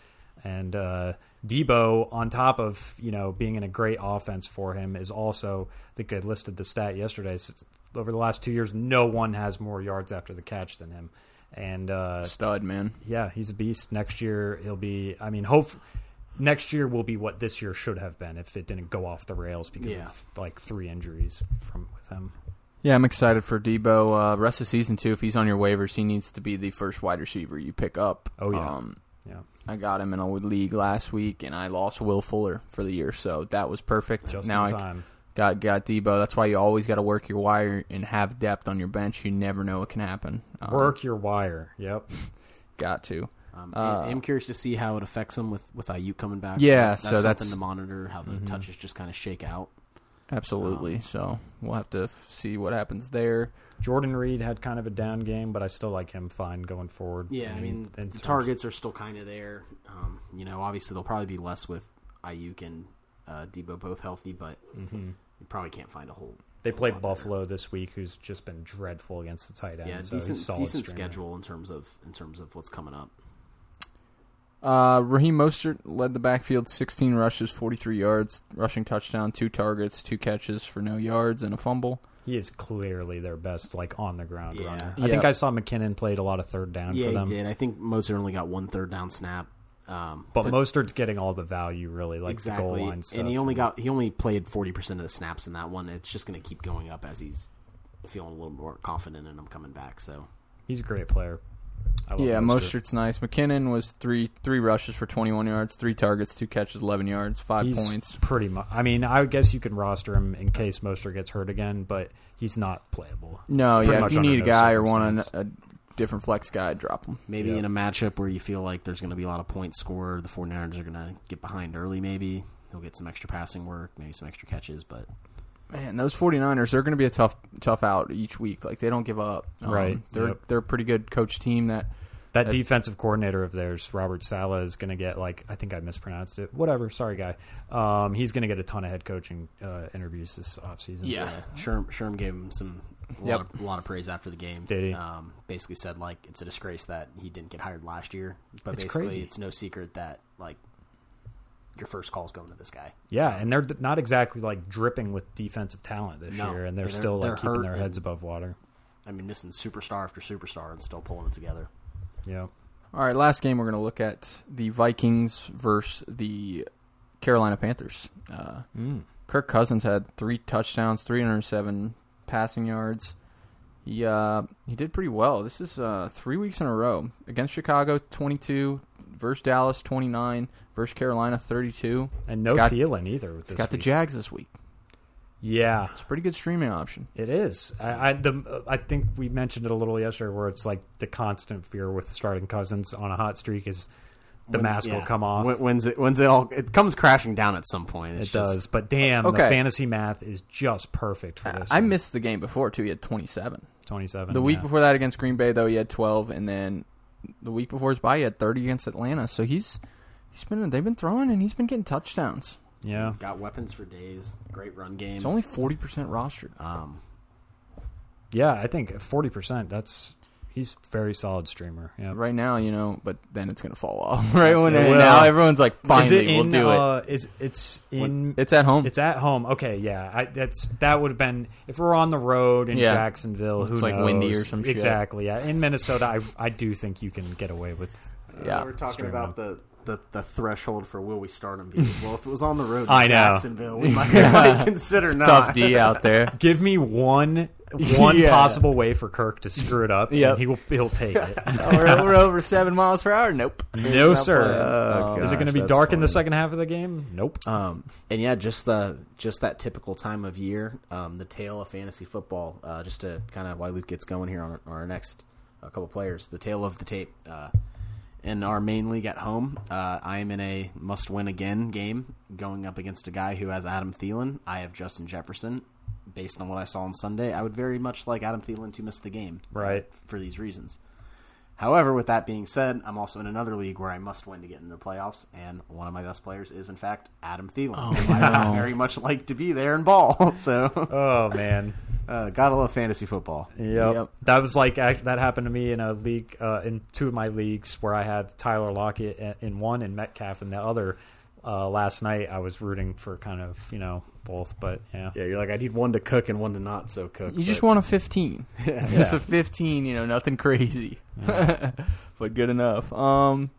And uh, Debo, on top of you know being in a great offense for him, is also I think I listed the stat yesterday. s- over the last two years, no one has more yards after the catch than him. And uh,
Stud, man.
yeah, he's a beast. Next year he'll be. I mean, hope next year will be what this year should have been if it didn't go off the rails because
Yeah.
of like three injuries from with him.
Yeah, I'm excited for Debo. Uh, rest of season two, if he's on your waivers, he needs to be the first wide receiver you pick up.
Oh, yeah.
Um,
Yeah,
I got him in a league last week, and I lost Will Fuller for the year, so that was perfect.
just
now
in
I
time.
got got Debo. That's why you always got to work your wire and have depth on your bench. You never know what can happen. Um,
Work your wire. Yep.
Got to.
Um,
Uh,
I- I'm curious to see how it affects them with with IU coming back.
Yeah,
that's,
so that's-
that's
Mm-hmm.
something to monitor how the touches just kind of shake out.
Absolutely.
Um,
so we'll have to f- see what happens there.
Jordan Reed had kind of a down game, but I still like him fine going forward.
Yeah, I
And-
mean
and
the
so-
targets are still kind of there. Um, you know, obviously they'll probably be less with Ayuk and uh, Debo both healthy, but you probably can't find a whole.
Mm-hmm. They
a
play
lot
Buffalo this week, who's just been dreadful against the tight end.
Better. Yeah,
so he's a
decent
solid
decent
streamer.
schedule in terms of in terms of what's coming up.
Uh, Raheem Mostert led the backfield 16 rushes, 43 yards, rushing touchdown, two targets, two catches for no yards, and a fumble.
He is clearly their best, like on the ground
Yeah.
runner. I
Yeah.
think I saw McKinnon played a lot of third down
yeah,
for them,
he did. I think Moser only got one third down snap. Um,
but Mostert's getting all the value really, like the goal line stuff.
And he only got he only played forty percent of the snaps in that one. It's just going to keep going up as he's feeling a little more confident in him coming back. So
He's a great player. I love
yeah,
Mostert.
Mostert's nice. McKinnon was three three rushes for 21 yards, three targets, two catches, 11 yards, five
He's
points.
pretty much. I mean, I would guess you can roster him in case Mostert gets hurt again, but he's not playable.
No,
pretty
yeah,
much
if you
under
need a
no
guy or want
circumstance.
a, a different flex guy, drop him.
maybe
Yeah.
in a matchup where you feel like there's going to be a lot of points scored, the 49ers are going to get behind early. Maybe he'll get some extra passing work, maybe some extra catches. But
Man, those 49ers, they're going to be a tough tough out each week. Like, they don't give up. Um,
Right,
They're,
yep.
they're a pretty good coach team that
That defensive coordinator of theirs, Robert Sala, is going to get like I think I mispronounced it. Whatever, sorry guy. Um, he's going to get a ton of head coaching uh, interviews this offseason.
Yeah.
Sherm Sherm gave him some a, lot
Yep.
of, a lot of praise after the game.
Did he?
Um, basically said like it's a disgrace that he didn't get hired last year. But
It's
basically,
crazy.
it's no secret that like your first call's going to this guy.
yeah, and they're d- not exactly like dripping with defensive talent this
No.
year, and they're,
They're-
still
they're
like keeping
hurt
their heads
and-
above water.
I mean, missing superstar after superstar and still pulling it together.
Yeah,
All right, last game we're going to look at the Vikings versus the Carolina Panthers. Uh,
Mm.
Kirk Cousins had three touchdowns, 307 passing yards. He uh, he did pretty well. This is uh, three weeks in a row against Chicago, 22 versus Dallas, 29 versus Carolina, 32.
and no
It's got-
Thielen either. With
It's
this
got the
week.
Jags this week.
yeah,
It's a pretty good streaming option.
It is. I, I the I think we mentioned it a little yesterday, where it's like the constant fear with starting Cousins on a hot streak is the
When-
mask will
yeah.
come off.
When, when's it? When's it all? It comes crashing down at some point.
it
It's just,
does, but damn, the
Okay.
fantasy math is just perfect for this.
I
one.
missed the game before too. He had 27.
twenty-seven.
The week
Oh, yeah.
before that against Green Bay, though, he had 12, and then the week before his bye, he had 30 against Atlanta. So he's he's been they've been throwing and he's been getting touchdowns.
yeah,
Got weapons for days. Great run game.
It's only 40 percent rostered.
um,
yeah. I think forty percent. That's he's very solid streamer. Yeah.
Right now, you know, but then it's gonna fall off. Right when
it.
and
Well,
now everyone's like, finally, we'll
in,
do
uh, is it's in?
it. It's at home.
It's at home. Okay, yeah. I, that's that would have been if we we're on the road in
Yeah.
Jacksonville. Who
It's like
knows?
windy or some shit.
Exactly. Yeah. In Minnesota, I I do think you can get away with.
yeah,
Uh, we're talking
Stream
about the, the the threshold for will we start him? Because, well, if it was on the road, in
I know.
Jacksonville, we might, we might consider not.
tough D out there.
Give me one one
Yeah.
possible way for Kirk to screw it up.
Yep.
and he will he'll take it.
we're, we're over seven miles per hour. Nope.
no
Not
sir.
playing. Oh,
Is it
gosh,
going to be
that's
dark in the
funny.
second half of the game? Nope.
Um, and yeah, just the just that typical time of year, um, the tale of fantasy football. Uh, just to kind of why Luke gets going here on our, our next uh, couple players, the tale of the tape. Uh, in our main league at home, uh, I am in a must-win again game, going up against a guy who has Adam Thielen. I have Justin Jefferson. Based on what I saw on Sunday, I would very much like Adam Thielen to miss the game,
Right.
For these reasons. However, with that being said, I'm also in another league where I must win to get into the playoffs, and one of my best players is, in fact, Adam Thielen. who I would very much like to be there and ball. So,
Oh man.
uh, gotta love fantasy football.
Yep.
Yep.
That was like act- that happened to me in a league uh, in two of my leagues where I had Tyler Lockett in- in one and Metcalf in the other. Uh, last night I was rooting for kind of you know both, but yeah,
Yeah, you're like, I need one to cook and one to not so cook.
You just want a 15. Just a 15, you know, nothing crazy. but good enough. Um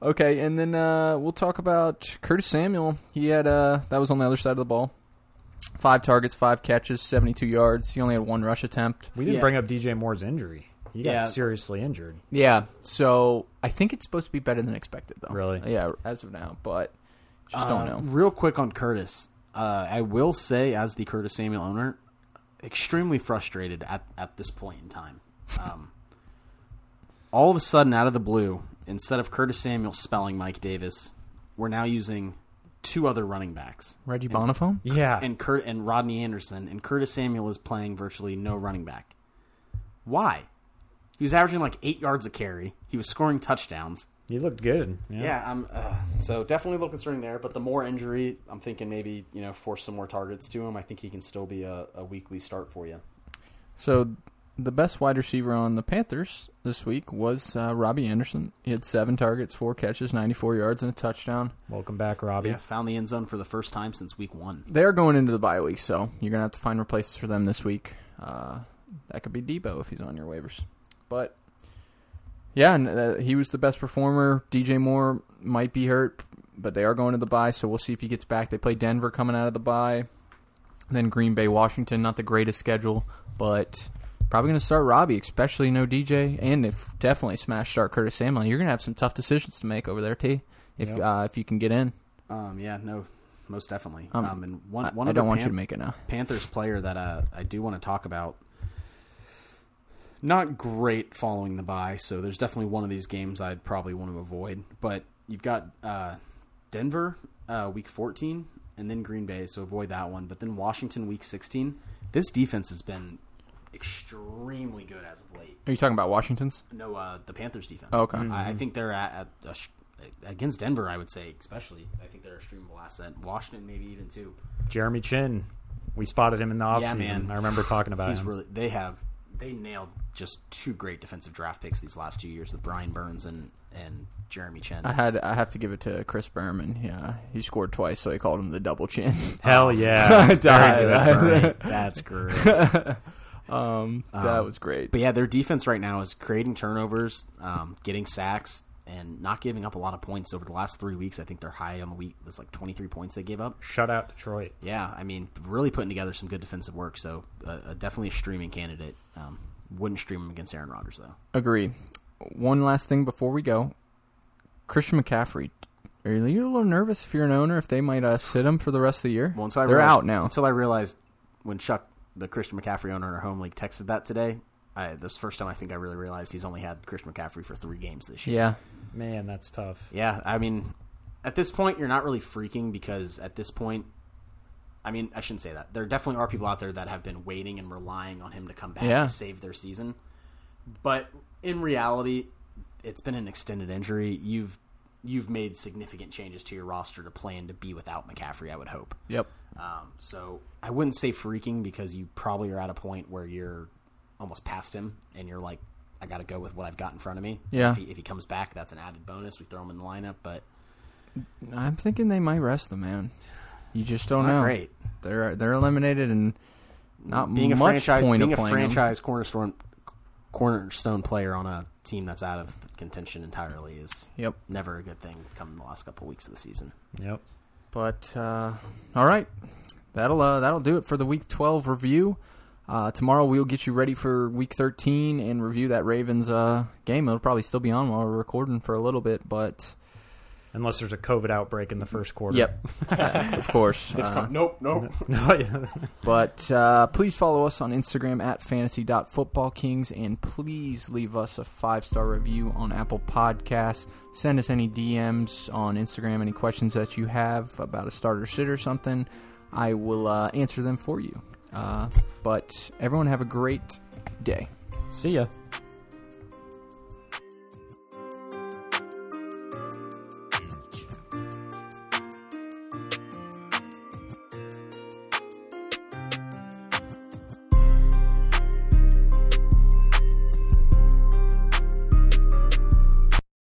okay, and then uh we'll talk about Curtis Samuel. He had uh that was on the other side of the ball. 5 targets, 5 catches, 72 yards. He only had one rush attempt.
we didn't
Yeah.
bring up DJ Moore's injury. He got
Yeah.
seriously injured.
Yeah. So, I think it's supposed to be better than expected though.
Really?
Yeah, as of now, but just
Uh,
don't know.
Real quick on Curtis, uh, I will say, as the Curtis Samuel owner, extremely frustrated at, at this point in time. Um, all of a sudden, out of the blue, instead of Curtis Samuel spelling Mike Davis, we're now using two other running backs
Reggie Bonifone?
Yeah.
and Kurt and Rodney Anderson, and Curtis Samuel is playing virtually no running back. Why? He was averaging like eight yards a carry. He was scoring touchdowns.
he looked good. Yeah.
Yeah, I'm uh, so definitely a little concerned there. But the more injury, I'm thinking maybe you know force some more targets to him. I think he can still be a, a weekly start for you.
So the best wide receiver on the Panthers this week was uh, Robbie Anderson. He had seven targets, four catches, 94 yards, and a touchdown.
Welcome back, Robbie.
Yeah, found the end zone for the first time since week one.
They are going into the bye week, so you're going to have to find replacements for them this week. Uh, that could be Debo if he's on your waivers. But, yeah, and, uh, he was the best performer. DJ Moore might be hurt, but they are going to the bye, so we'll see if he gets back. They play Denver coming out of the bye. Then Green Bay, Washington, not the greatest schedule, but probably going to start Robbie, especially no DJ, and if definitely smash start Curtis Samuel. You're going to have some tough decisions to make over there, T, if,
Yep.
uh, if you can get in.
Um, yeah, no, most definitely. Um,
Um,
and one
I-
one
I
other
don't want
Pan-
you to make it now.
Panthers player that uh, I do want to talk about. Not great following the bye, so there's definitely one of these games I'd probably want to avoid. But you've got uh, Denver uh, week 14, and then Green Bay, so avoid that one. But then Washington week 16. This defense has been extremely good as of late.
Are you talking about Washington's?
No, uh, the Panthers defense.
Okay.
I, I think they're at, at a, sh- against Denver. I would say, especially, I think they're a streamable asset. Washington, maybe even too.
Jeremy Chin. We spotted him in the offseason.
Yeah, man.
I remember talking about
He's
him.
really. They have they nailed just two great defensive draft picks these last two years with Brian Burns and and Jeremy Chen.
I had I have to give it to Chris Berman. Yeah, he scored twice, so they called him the double chin.
Hell yeah. It's very good.
Died.
Great. That's great.
Um, that was great.
But yeah, their defense right now is creating turnovers, um, getting sacks, and not giving up a lot of points over the last three weeks. I think they're high on the week. It's like twenty three points they gave up.
Shut out Detroit.
Yeah, I mean, really putting together some good defensive work. So uh, uh, definitely a streaming candidate. Um, wouldn't stream him against Aaron Rodgers though.
Agree. One last thing before we go, Christian McCaffrey. Are you a little nervous if you're an owner if they might uh, sit him for the rest of the year?
Well, until I
They're
realized,
out now.
Until I realized when Chuck, the Christian McCaffrey owner in our home league, texted that today, I, this first time I think I really realized he's only had Christian McCaffrey for three games this year.
yeah,
Man, that's tough.
Yeah, I mean, at this point, you're not really freaking because at this point, I mean, I shouldn't say that. There definitely are people out there that have been waiting and relying on him to come back
Yeah.
to save their season. But in reality, it's been an extended injury. You've you've made significant changes to your roster to plan to be without McCaffrey. I would hope.
yep.
Um, so I wouldn't say freaking because you probably are at a point where you're almost past him and you're like, I got to go with what I've got in front of me.
Yeah.
If he, if he comes back, that's an added bonus. We throw him in the lineup, but
I'm thinking they might rest the man. You just don't
not
know.
great.
They're they're eliminated and not
Being a
much
franchise,
point
being
of
a
playing 'em.
franchise cornerstone cornerstone player on a team that's out of contention entirely is
Yep.
never a good thing. Come the last couple weeks of the season.
Yep.
But uh, all right, that'll uh, that'll do it for the Week 12 review. Uh, tomorrow we'll get you ready for Week 13 and review that Ravens uh, game. It'll probably still be on while we're recording for a little bit, but
Unless there's a COVID outbreak in
Mm-hmm.
the first quarter.
yep, Uh, of course. Uh,
nope, nope.
No, yeah.
But uh, please follow us on Instagram at fantasy.footballkings and please leave us a five star review on Apple Podcasts. Send us any DMs on Instagram, any questions that you have about a starter sit or something. I will uh, answer them for you. Uh, but everyone have a great day.
See ya.